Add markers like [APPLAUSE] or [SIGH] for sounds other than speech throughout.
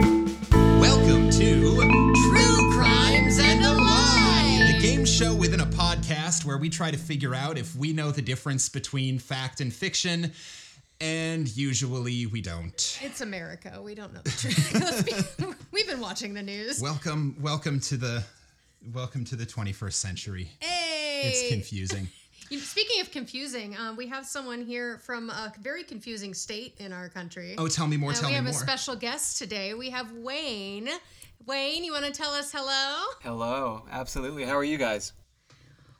Welcome to True Crimes and a Lie, the game show within a podcast where we try to figure out if we know the difference between fact and fiction, and usually we don't. It's America. We don't know the truth. [LAUGHS] Let's be- We've been watching the news. Welcome, welcome to the welcome to the 21st century. hey. It's confusing. You- Speaking of confusing, um, we have someone here from a very confusing state in our country. Oh, tell me more. Uh, tell we me have more. a special guest today. We have Wayne. Wayne, you want to tell us hello? Hello, absolutely. How are you guys?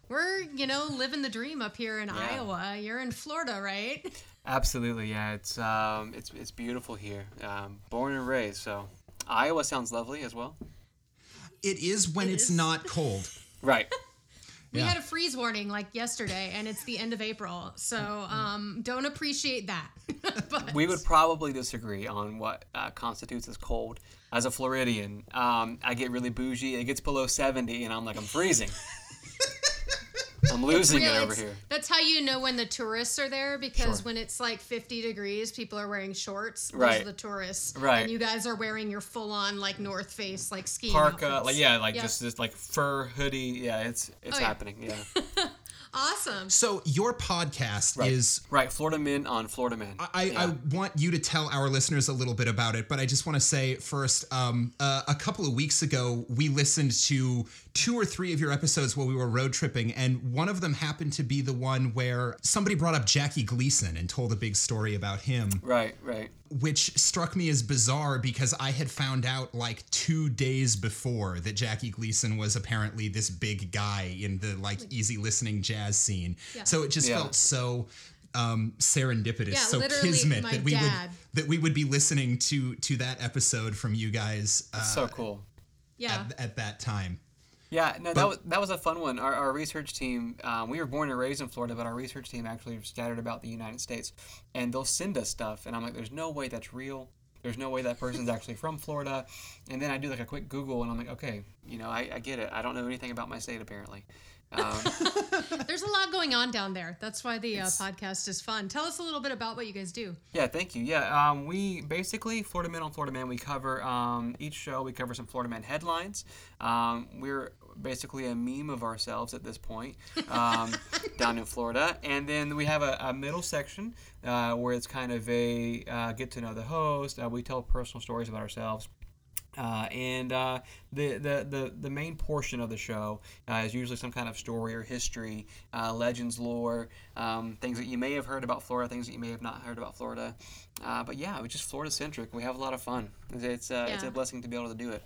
We're, you know, living the dream up here in Iowa. You're in Florida, right? Absolutely, yeah. It's um, it's it's beautiful here. Um, born and raised, so Iowa sounds lovely as well. it is when it's is. not cold. Right. We Yeah. had a freeze warning like yesterday, and it's the end of April. So Mm-hmm. um, don't appreciate that. [LAUGHS] but [LAUGHS] we would probably disagree on what uh, constitutes as cold. As a Floridian, um, I get really bougie. It gets below seventy, and I'm like, I'm [LAUGHS] freezing. I'm losing it Yeah, over it's- here. That's how you know when the tourists are there because Sure. when it's like 50 degrees, people are wearing shorts. Those Right. are the tourists. Right. And you guys are wearing your full on like North Face, like skiing. Parka, outfits. like yeah, like Yeah. Oh, just this like fur hoodie. Yeah, it's it's yeah. happening. [LAUGHS] Yeah. Awesome. So your podcast Right. is right. Florida men on Florida men. I, I want you to tell our listeners a little bit about it, but I just want to say first, um, uh, a couple of weeks ago, we listened to two or three of your episodes while we were road tripping, and one of them happened to be the one where somebody brought up Jackie Gleason and told a big story about him, right. Right. which struck me as bizarre because I had found out like two days before that Jackie Gleason was apparently this big guy in the like easy listening jazz scene. So it just Yeah. felt so um, serendipitous, Yeah, so literally, kismet my that we dad. would that we would be listening to to that episode from you guys uh, so cool. Yeah. [LAUGHS] at, at that time. Yeah, no, that was that was a fun one. Our, our research team, um, we were born and raised in Florida, but our research team actually was scattered about the United States, and they'll send us stuff, and I'm like, there's no way that's real. There's no way that person's actually from Florida. And then I do like a quick Google, and I'm like, okay, you know, I, I get it. I don't know anything about my state apparently. Um, There's a lot going on down there. That's why the uh, podcast is fun. Tell us a little bit about what you guys do. Yeah, thank you. Yeah, um, we basically Florida Man on Florida Man. We cover um, each show. We cover some Florida Man headlines. Um, we're basically a meme of ourselves at this point um, down in Florida, and then we have a, a middle section uh, where it's kind of a uh, get to know the host. Uh, we tell personal stories about ourselves. Uh, and uh, the, the, the the main portion of the show uh, is usually some kind of story or history, uh, legends, lore, um, things that you may have heard about Florida, things that you may have not heard about Florida. Uh, but yeah, it's just Florida centric. We have a lot of fun. It's it's, uh, it's Yeah. a blessing to be able to do it.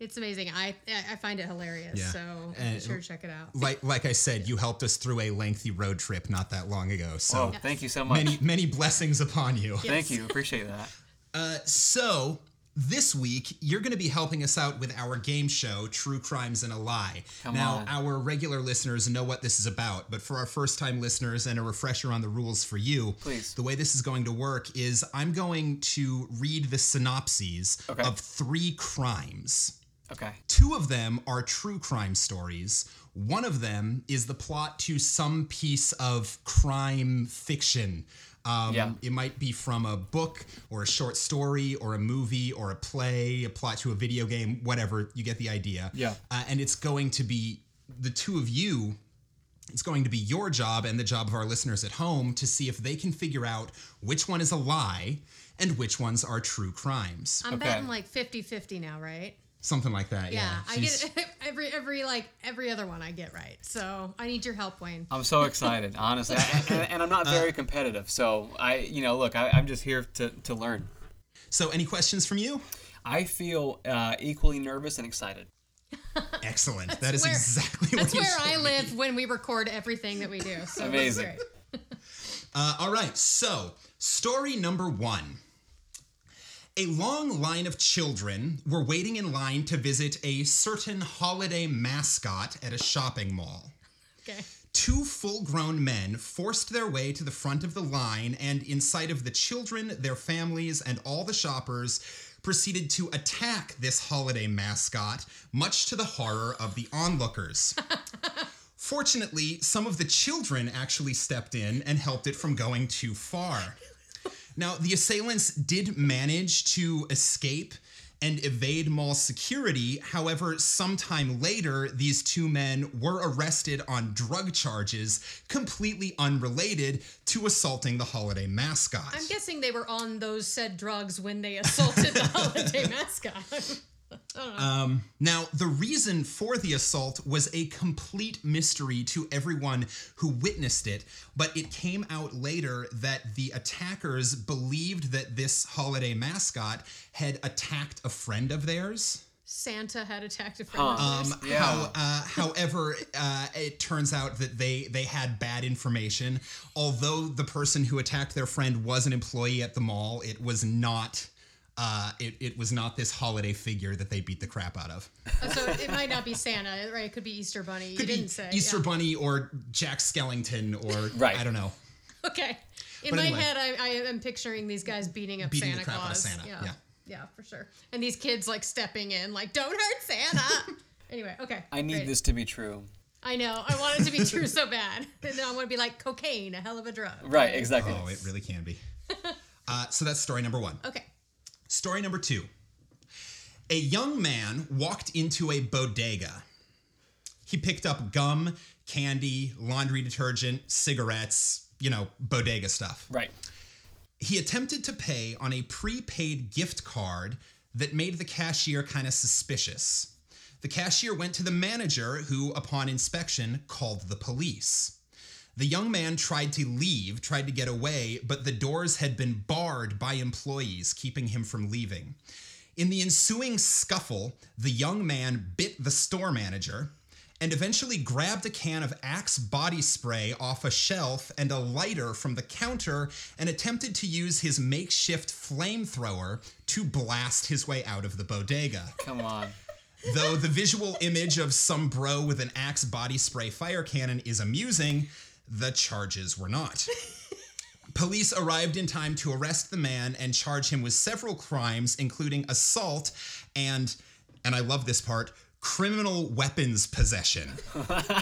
It's amazing. I I- I find it hilarious. Yeah. So be And- sure to check it out. Like like I said, you helped us through a lengthy road trip not that long ago. So Oh, thank you so [LAUGHS] much. many many blessings upon you. Thank you. Appreciate that. Uh, So, this week, you're going to be helping us out with our game show, True Crimes and a Lie. now, on. our regular listeners know what this is about, but for our first time listeners and a refresher on the rules for you, Please. the way this is going to work is I'm going to read the synopses Okay. of three crimes. Okay. Two of them are true crime stories. One of them is the plot to some piece of crime fiction. Um, Yeah. It might be from a book or a short story or a movie or a play, a plot to a video game, whatever. You get the idea. Yeah. Uh, and it's going to be the two of you it's going to be your job and the job of our listeners at home to see if they can figure out which one is a lie and which ones are true crimes. I'm Okay. betting like 50 50 now, right? Something like that. Yeah, Yeah. I She's- get [LAUGHS] it. every every like every other one I get right. So I need your help, Wayne. [LAUGHS] I'm so excited, honestly, [LAUGHS] I, and, and I'm not very competitive. So I, you know, look, I, I'm just here to, to learn. So, any questions from you? I feel uh, equally nervous and excited. Excellent. that is where- exactly what That's you where should- I live when we record everything that we do. So that's Amazing. great. Uh, all right. So, story number one. A long line of children were waiting in line to visit a certain holiday mascot at a shopping mall. Okay. Two full grown men forced their way to the front of the line and, in sight of the children, their families, and all the shoppers, proceeded to attack this holiday mascot, much to the horror of the onlookers. Fortunately, some of the children actually stepped in and helped it from going too far. Now, the assailants did manage to escape and evade mall security. However, sometime later, these two men were arrested on drug charges completely unrelated to assaulting the holiday mascot. I'm guessing they were on those said drugs when they assaulted the [LAUGHS] holiday mascot. Um, now, the reason for the assault was a complete mystery to everyone who witnessed it, but it came out later that the attackers believed that this holiday mascot had attacked a friend of theirs. Santa had attacked a friend. of Um, theirs. Yeah. how, uh, however, uh, it turns out that they they had bad information. Although the person who attacked their friend was an employee at the mall, it was not. Uh, it, it was not this holiday figure that they beat the crap out of. [LAUGHS] Uh, so it might not be Santa, right? It could be Easter Bunny. you Could be didn't say Easter Bunny or Jack Skellington or [LAUGHS] Right. I don't know, Yeah. Okay. In But my anyway. head, I, I am picturing these guys beating up Beating the Santa crap out of Claus. Santa, Yeah. yeah. Yeah, for sure. And these kids like stepping in, like, "Don't [LAUGHS] hurt Santa." anyway, okay. I need great. this to be true. I know. I want it to be true so bad. [LAUGHS] And I want to be like cocaine, a hell of a drug. Right, exactly. Oh, it really can [LAUGHS] be. Uh, so that's story number one. Okay. Story number two. A young man walked into a bodega. He picked up gum, candy, laundry detergent, cigarettes, you know, bodega stuff. Right. He attempted to pay on a prepaid gift card that made the cashier kind of suspicious. The cashier went to the manager, who, upon inspection, called the police. The young man tried to leave, tried to get away, but the doors had been barred by employees, keeping him from leaving. In the ensuing scuffle, the young man bit the store manager and eventually grabbed a can of Axe body spray off a shelf and a lighter from the counter and attempted to use his makeshift flamethrower to blast his way out of the bodega Come on. though the visual image of some bro with an axe body spray fire cannon is amusing, the charges were not. Police arrived in time to arrest the man and charge him with several crimes, including assault and, and I love this part, criminal weapons possession.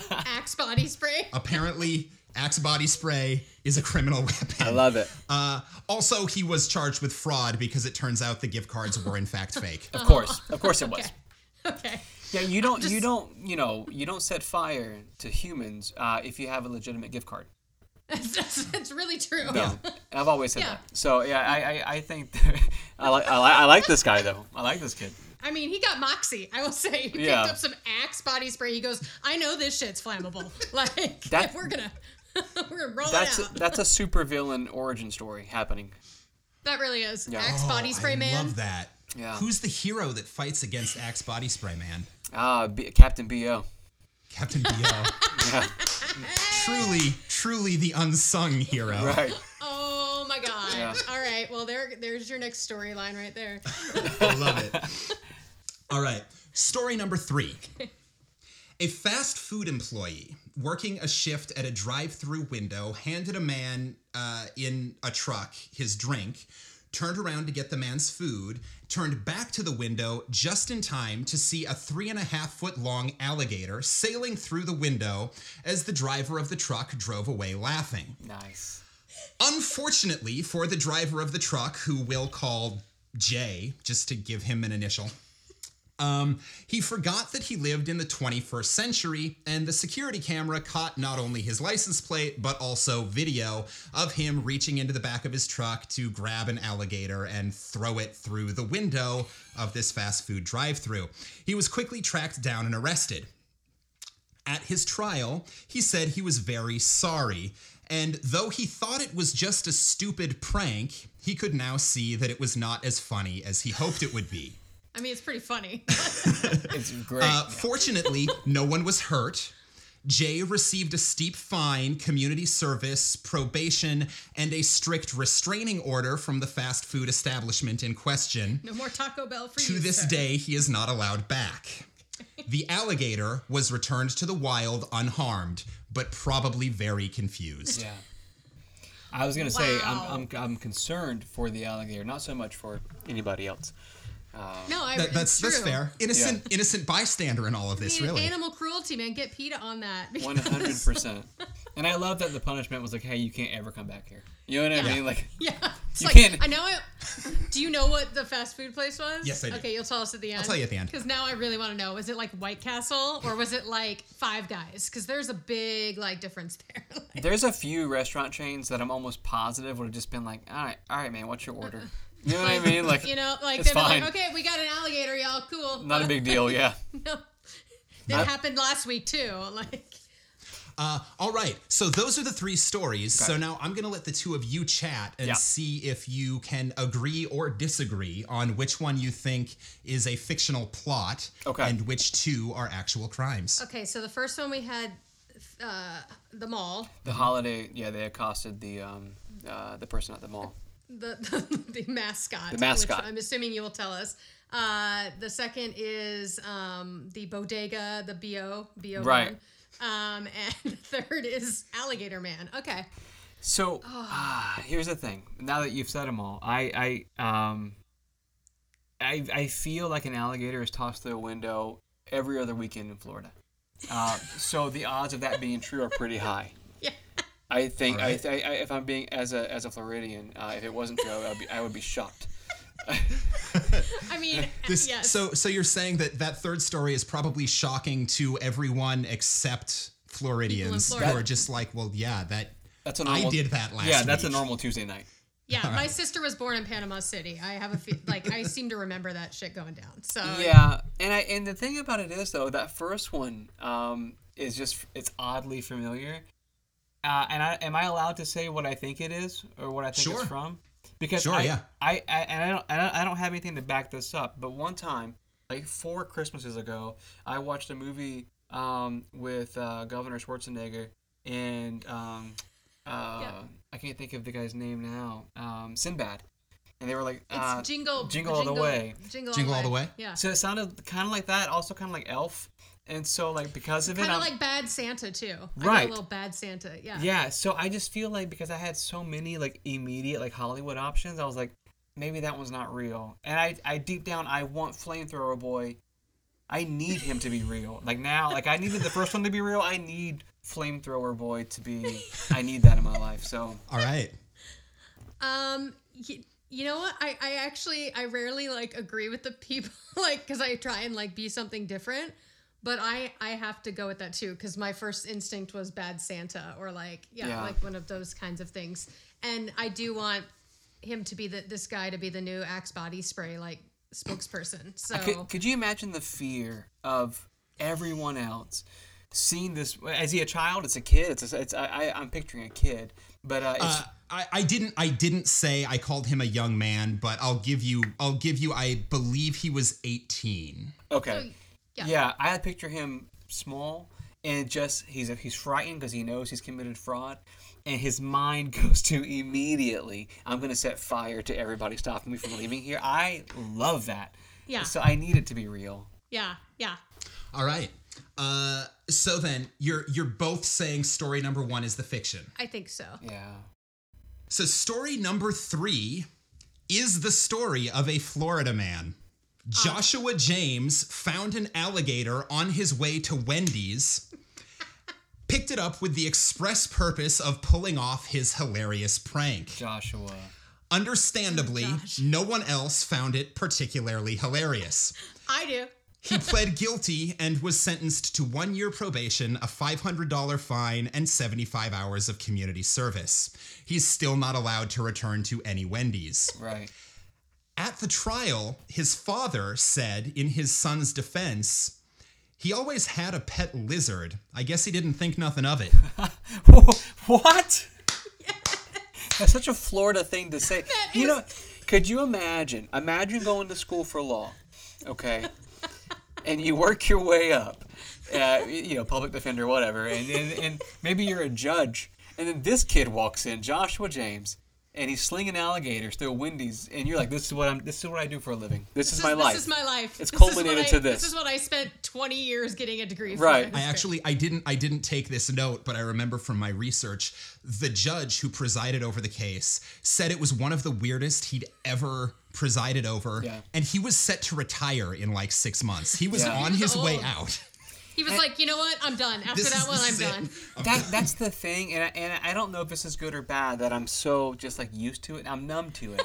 Axe body spray. Apparently, axe body spray is a criminal weapon. I love it. Uh, also, he was charged with fraud because it turns out the gift cards were in fact fake. Of course. Of course it was. [LAUGHS] Okay. Okay. [LAUGHS] Yeah, you don't you don't, you know, you don't set fire to humans uh, if you have a legitimate gift card. That's, that's, that's really true. No. And I've always said Yeah. that. So yeah, I I, I think [LAUGHS] that- I like I, li- I like this guy though. I like this kid. I mean, he got moxie. I will say, he Yeah. picked up some Axe body spray. He goes, "I know this shit's flammable. [LAUGHS] Like That- we're gonna, [LAUGHS] we're gonna roll That's it out." that's a supervillain origin story happening. that really is Yeah. Axe body Oh, spray I man. Love that. Yeah. Who's the hero that fights against Axe Body Spray Man? Ah, B- Captain BO. Captain B.O. Yeah. truly, truly the unsung hero. Right. Oh my god! Yeah. All right, well there, there's your next storyline right there. I love it. All right. Story number three. A fast food employee working a shift at a drive through window handed a man uh, in a truck his drink, turned around to get the man's food, turned back to the window just in time to see a three and a half foot long alligator sailing through the window as the driver of the truck drove away laughing. Nice. Unfortunately for the driver of the truck, who we'll call Jay, just to give him an initial, um, he forgot that he lived in the 21st century, and the security camera caught not only his license plate, but also video of him reaching into the back of his truck to grab an alligator and throw it through the window of this fast food drive through. He was quickly tracked down and arrested. At his trial, he said he was very sorry, and though he thought it was just a stupid prank, he could now see that it was not as funny as he hoped it would be. I mean, it's pretty funny. [LAUGHS] It's great. Uh, fortunately, no one was hurt. Jay received a steep fine, community service, probation, and a strict restraining order from the fast food establishment in question. No more Taco Bell for To you. this sir. day, he is not allowed back. The alligator was returned to the wild unharmed, but probably very confused. Yeah. I was gonna say Wow. I'm, I'm I'm concerned for the alligator, not so much for anybody else. no, I, that, that's that's fair. Innocent innocent bystander in all of this, I mean, really. Animal cruelty, man. Get PETA on that. because- [LAUGHS] One hundred percent. And I love that the punishment was like, "Hey, you can't ever come back here." You know what I Yeah. mean? Like, [LAUGHS] Yeah. It's You like, can't- I know I. Do you know what the fast food place was? Yes, I do. Okay, you'll tell us at the end. tell you at the end. Because now I really want to know was it like White Castle or was it like Five Guys? Because there's a big like difference there. [LAUGHS] Like, there's a few restaurant chains that I'm almost positive would have just been like, "All right, all right, man, what's your order?" You know what I mean? Like, [LAUGHS] you know, like It's they're fine. like, okay, we got an alligator, y'all. Cool. not a big [LAUGHS] deal. Yeah. [LAUGHS] no. That happened last week too. [LAUGHS] Like, All right. So those are the three stories. So now I'm going to let the two of you chat and Yeah. see if you can agree or disagree on which one you think is a fictional plot Okay. and which two are actual crimes. okay, so the first one we had uh, the mall, The holiday, yeah, they accosted the um, uh, the person at the mall. the [LAUGHS] the, mascot. The mascot. Which I'm assuming you will tell us. Uh, the second is um, the bodega, the bo bo Right. man. Um, [LAUGHS] and the third is alligator man. Okay, [LAUGHS] So ah, here's the thing. Now that you've said them all, I I um I I feel like an alligator is tossed through a window every other weekend in Florida. Uh, so the odds of that being true are pretty high. Yeah. [LAUGHS] I think I, Alright. th- I, I if I'm being as a as a Floridian, uh, if it wasn't true, I would be, I would be shocked. I mean, [LAUGHS] This, yes. So so you're saying that that third story is probably shocking to everyone except Floridians who Florida. are just like, well, yeah, that That's a I normal. did that last Yeah, that's a week. normal Tuesday night. yeah, my sister was born in Panama City. I have a fe- like I seem to remember that shit going down. So Yeah, and I and the thing about it is though that first one um, is just it's oddly familiar. Uh, and I am I allowed to say what I think it is or what I think Sure. it's from? Because Sure, I, yeah. I, I and I don't, I don't I don't have anything to back this up. But one time, like four Christmases ago, I watched a movie um, with uh, Governor Schwarzenegger and um, uh, I can't think of the guy's name now. Um, Sinbad, and they were like it's uh, jingle, jingle all the way. jingle, Jingle all the way? Yeah, So it sounded kind of like that, also kind of like Elf, and so like because of it, kind of I'm- like Bad Santa too. I got Right. a little Bad Santa. Yeah. yeah. So I just feel like because I had so many like immediate like Hollywood options, I was like, maybe that one's not real. And I, I deep down, I want Flamethrower Boy. I need him to be real. Like now, like I needed the first one to be real. I need Flamethrower Boy to be. I need that in my life. So All [LAUGHS] right. Um, you, you know what? I, I actually I rarely like agree with the people [LAUGHS] like because I try and like be something different, but I I have to go with that too because my first instinct was bad Santa or like yeah, Yeah. like one of those kinds of things, and I do want him to be the this guy to be the new Axe body spray like spokesperson. So Could, could you imagine the fear of everyone else seeing this? Is he a child? It's a kid. It's a, it's I, I I'm picturing a kid, but uh, it's, Uh, I, I didn't I didn't say I called him a young man, but I'll give you I'll give you I believe he was 18. okay. yeah. yeah. I picture him small and just he's he's frightened because he knows he's committed fraud, and his mind [LAUGHS] goes to immediately. I'm gonna set fire to everybody stopping me from leaving here. I love that. Yeah. So I need it to be real. yeah yeah All right. Uh, so then you're you're both saying story number 1 is the fiction. I think so. Yeah. So story number 3 is the story of a Florida man. Joshua James found an alligator on his way to Wendy's. Picked it up with the express purpose of pulling off his hilarious prank. Oh Joshua. Understandably, no one else found it particularly hilarious. I do. He pled guilty and was sentenced to one year probation, a $500 fine, and 75 hours of community service. He's still not allowed to return to any Wendy's. Right. At the trial, his father said in his son's defense, he always had a pet lizard. I guess he didn't think nothing of it. [LAUGHS] what? That's such a Florida thing to [LAUGHS] say. you know, could you imagine? Imagine going to school for law, [LAUGHS] okay? and you work your way up, uh, you know, public defender, whatever, and, and, and maybe you're a judge. And then this kid walks in, Joshua James, and he's slinging alligators through Wendy's, and you're like, "This is what I'm. This is what I do for a living. This, is my this life." This is my life. It's This is what culminated I- to this. This is what I spent 20 years getting a degree for. Right. I actually I didn't I didn't take this note, but I remember from my research, the judge who presided over the case said it was one of the weirdest he'd ever presided over, Yeah. and he was set to retire in like six months. He was Yeah. on He was his way old. out. He was like, you know what? I'm done. After This that is- one, this I'm is it. done. That that's the thing, and I, and I don't know if this is good or bad that I'm so just like used to it. and I'm numb to it.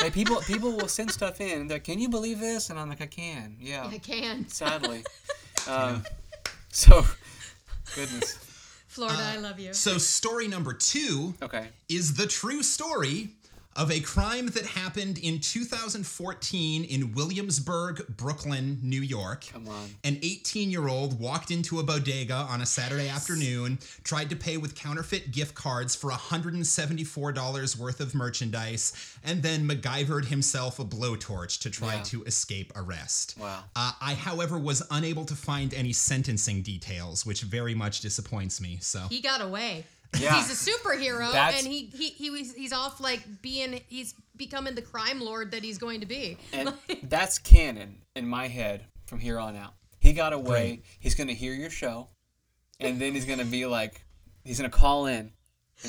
like people people will send stuff in. And they're like, can you believe this? And I'm like, I can. Yeah. I can't. Sadly. Um, so, goodness. Florida, I love you. uh, So story number two Okay. is the true story of a crime that happened in 2014 in Williamsburg, Brooklyn, New York. Come on. An 18 year old walked into a bodega on a Saturday afternoon, tried to pay with counterfeit gift cards for $174 worth of merchandise, and then MacGyvered himself a blowtorch to try Yeah. to escape arrest. Wow. Uh, I, however, was unable to find any sentencing details, which very much disappoints me. So, he got away. Yeah. He's a superhero, That's- and he, he he was he's off like being he's becoming the crime lord that he's going to be. [LAUGHS] And that's canon in my head from here on out. He got away. He's gonna hear your show, and then he's gonna be like, he's gonna call in, and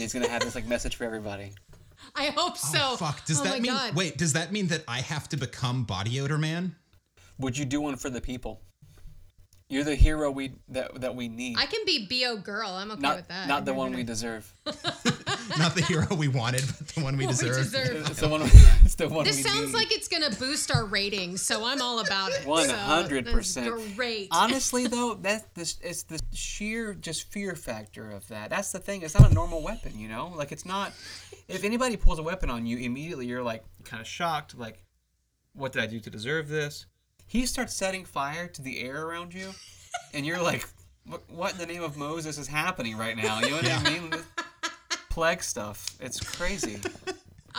he's gonna have this like message for everybody. I hope so. Oh, fuck. Does oh that my mean? God. Wait, does that mean that I have to become body odor [LAUGHS] man? Would you do one for the people? You're the hero we that that we need. I can be bo girl. I'm okay not with that. not the one we deserve. Not the hero we wanted, but the one we [LAUGHS] We deserve. [LAUGHS] deserve. [LAUGHS] It's the one. It's the one we This sounds need. like it's gonna boost our ratings, so I'm all about it. So, 100%. that's Great. Honestly, though, that this it's the sheer just fear factor of that. That's the thing. It's not a normal weapon, you know. Like it's not. If anybody pulls a weapon on you, immediately you're like kind of shocked. Like, what did I do to deserve this? He starts setting fire to the air around you, and you're like, what, what in the name of Moses is happening right now? You know what I mean? Plague stuff. It's crazy.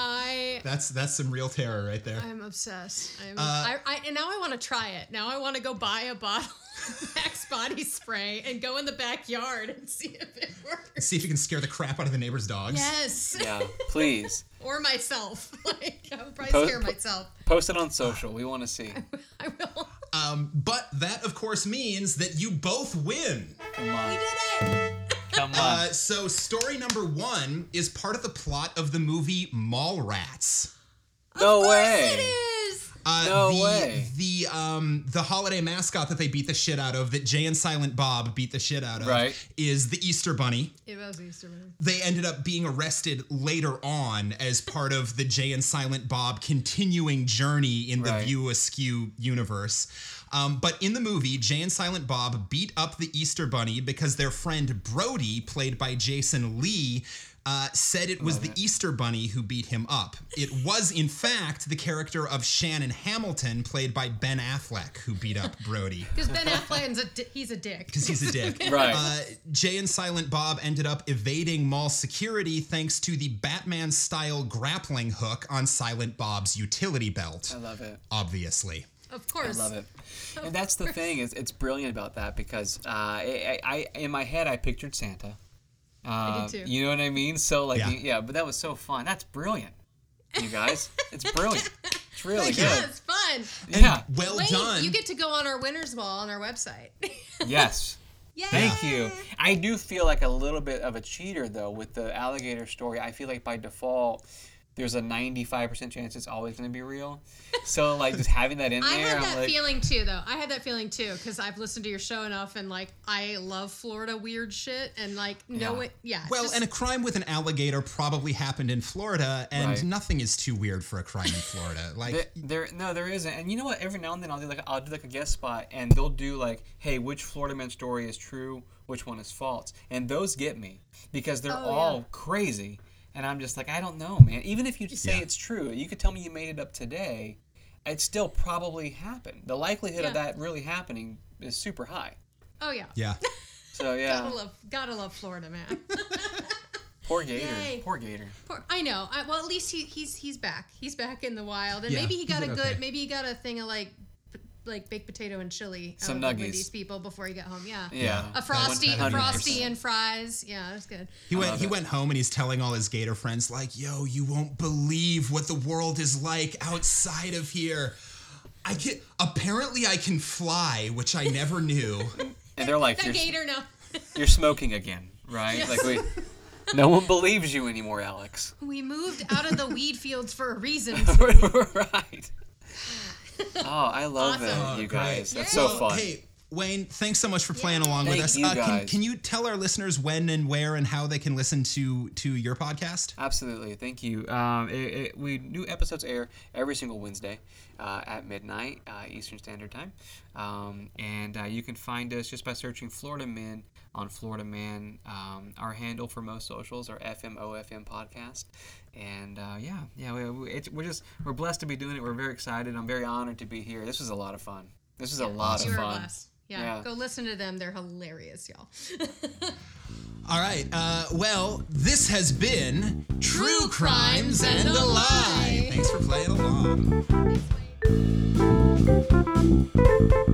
I That's that's some real terror right there. I'm obsessed. I'm, I, I, and now I want to try it. Now I want to go buy a bottle of [LAUGHS] Max body spray and go in the backyard and see if it works. See if you can scare the crap out of the neighbor's dogs. Yes. Yeah. Please Or myself. [LAUGHS] Like, I would probably Po- scare po- myself. post it on social. We want to see. I will. Uh, Um, but that, of course, means that you both win. Come on. Did it. Come on. Uh, so, story number one is part of the plot of the movie Mallrats. no Of course way. It is. Uh, No the, way. The um the holiday mascot that they beat the shit out of, that Jay and Silent Bob beat the shit out of, Right. is the Easter Bunny. It was Easter Bunny. They ended up being arrested later on as part of the Jay and Silent Bob continuing journey in the Right. View Askew universe. Um, but in the movie, Jay and Silent Bob beat up the Easter Bunny because their friend Brody, played by Jason Lee, uh, said it was the Easter Bunny who beat him up. It was, in fact, the character of Shannon Hamilton, played by Ben Affleck, who beat up Brody Because [LAUGHS] Ben Affleck's a di- he's a dick. because [LAUGHS] he's a dick. Right. Uh, Jay and Silent Bob ended up evading mall security thanks to the Batman style grappling hook on Silent Bob's utility belt, I love it. obviously. Of course. I love it. And that's the thing is it's brilliant about that because uh, I, I, I in my head I pictured Santa. Uh, did too. You know what I mean? So like Yeah. yeah, but that was so fun. That's brilliant. You guys, [LAUGHS] it's brilliant. It's really Yeah, good. it's fun. Yeah. Well Wait, done. you get to go on our winner's wall on our website. [LAUGHS] Yes. Yay! Thank you. I do feel like a little bit of a cheater though with the alligator story. I feel like by default there's a 95% chance it's always going to be real. So like just having that in I there, had I'm that like, feeling too, though. I had that feeling too because I've listened to your show enough, and like I love Florida weird shit, and like know Yeah. it. Yeah. well, just- and a crime with an alligator probably happened in Florida, and Right. nothing is too weird for a crime in [LAUGHS] Florida. Like, There, Eh, there, no, there isn't. And you know what? Every now and then I'll do like I'll do like a guest spot, and they'll do like, "Hey, which Florida Man story is true? Which one is false?" And those get me because they're Oh, all yeah. crazy, and I'm just like, I don't know, man. Even if you say Yeah. it's true, you could tell me you made it up today. It still probably happened. The likelihood of Yeah. that really happening is super high. oh yeah. yeah. So yeah, Gotta love, gotta love Florida, man. poor Gator, Yay. poor Gator. Poor- I know. I, well, at least he, he's he's back. He's back in the wild, and Yeah, maybe he he got a did good. okay. Maybe he got a thing of like, p- like baked potato and chili. out Some of one of nuggies. These people before he got home. Yeah. Yeah, A frosty, a 100%. frosty, and fries. Yeah, that's good. He went. love He it. went home and he's telling all his gator friends, like, "Yo, you won't believe what the world is like outside of here. I can apparently I can fly, which I [LAUGHS] never knew." and they're like, That you're, gator now. [LAUGHS] you're smoking again, right? Like we, No one believes you anymore, Alex. We moved out of the weed fields for a reason. right. Oh, I love Awesome. Oh, it, you Great. guys. That's Yay. so fun. Hey, Wayne, thanks so much for playing along Thank with us. Uh, you, can, guys. can you tell our listeners when and where and how they can listen to to your podcast? Absolutely. Thank you. Um, it, it, we new episodes air every single Wednesday uh, at midnight uh, Eastern Standard Time, um, and uh, you can find us just by searching Florida Man on Florida Man. Um, our handle for most socials are FMOFM Podcast, and uh, yeah, yeah, we, we, it's, we're just we're blessed to be doing it. We're very excited. I'm very honored to be here. This was a lot of fun. This was a lot You of were fun. blessed. Yeah, Yeah. go listen to them. They're hilarious, y'all. All right. Uh, well, this has been True Crimes and a Lie. Thanks for playing along. Thanks, Wayne.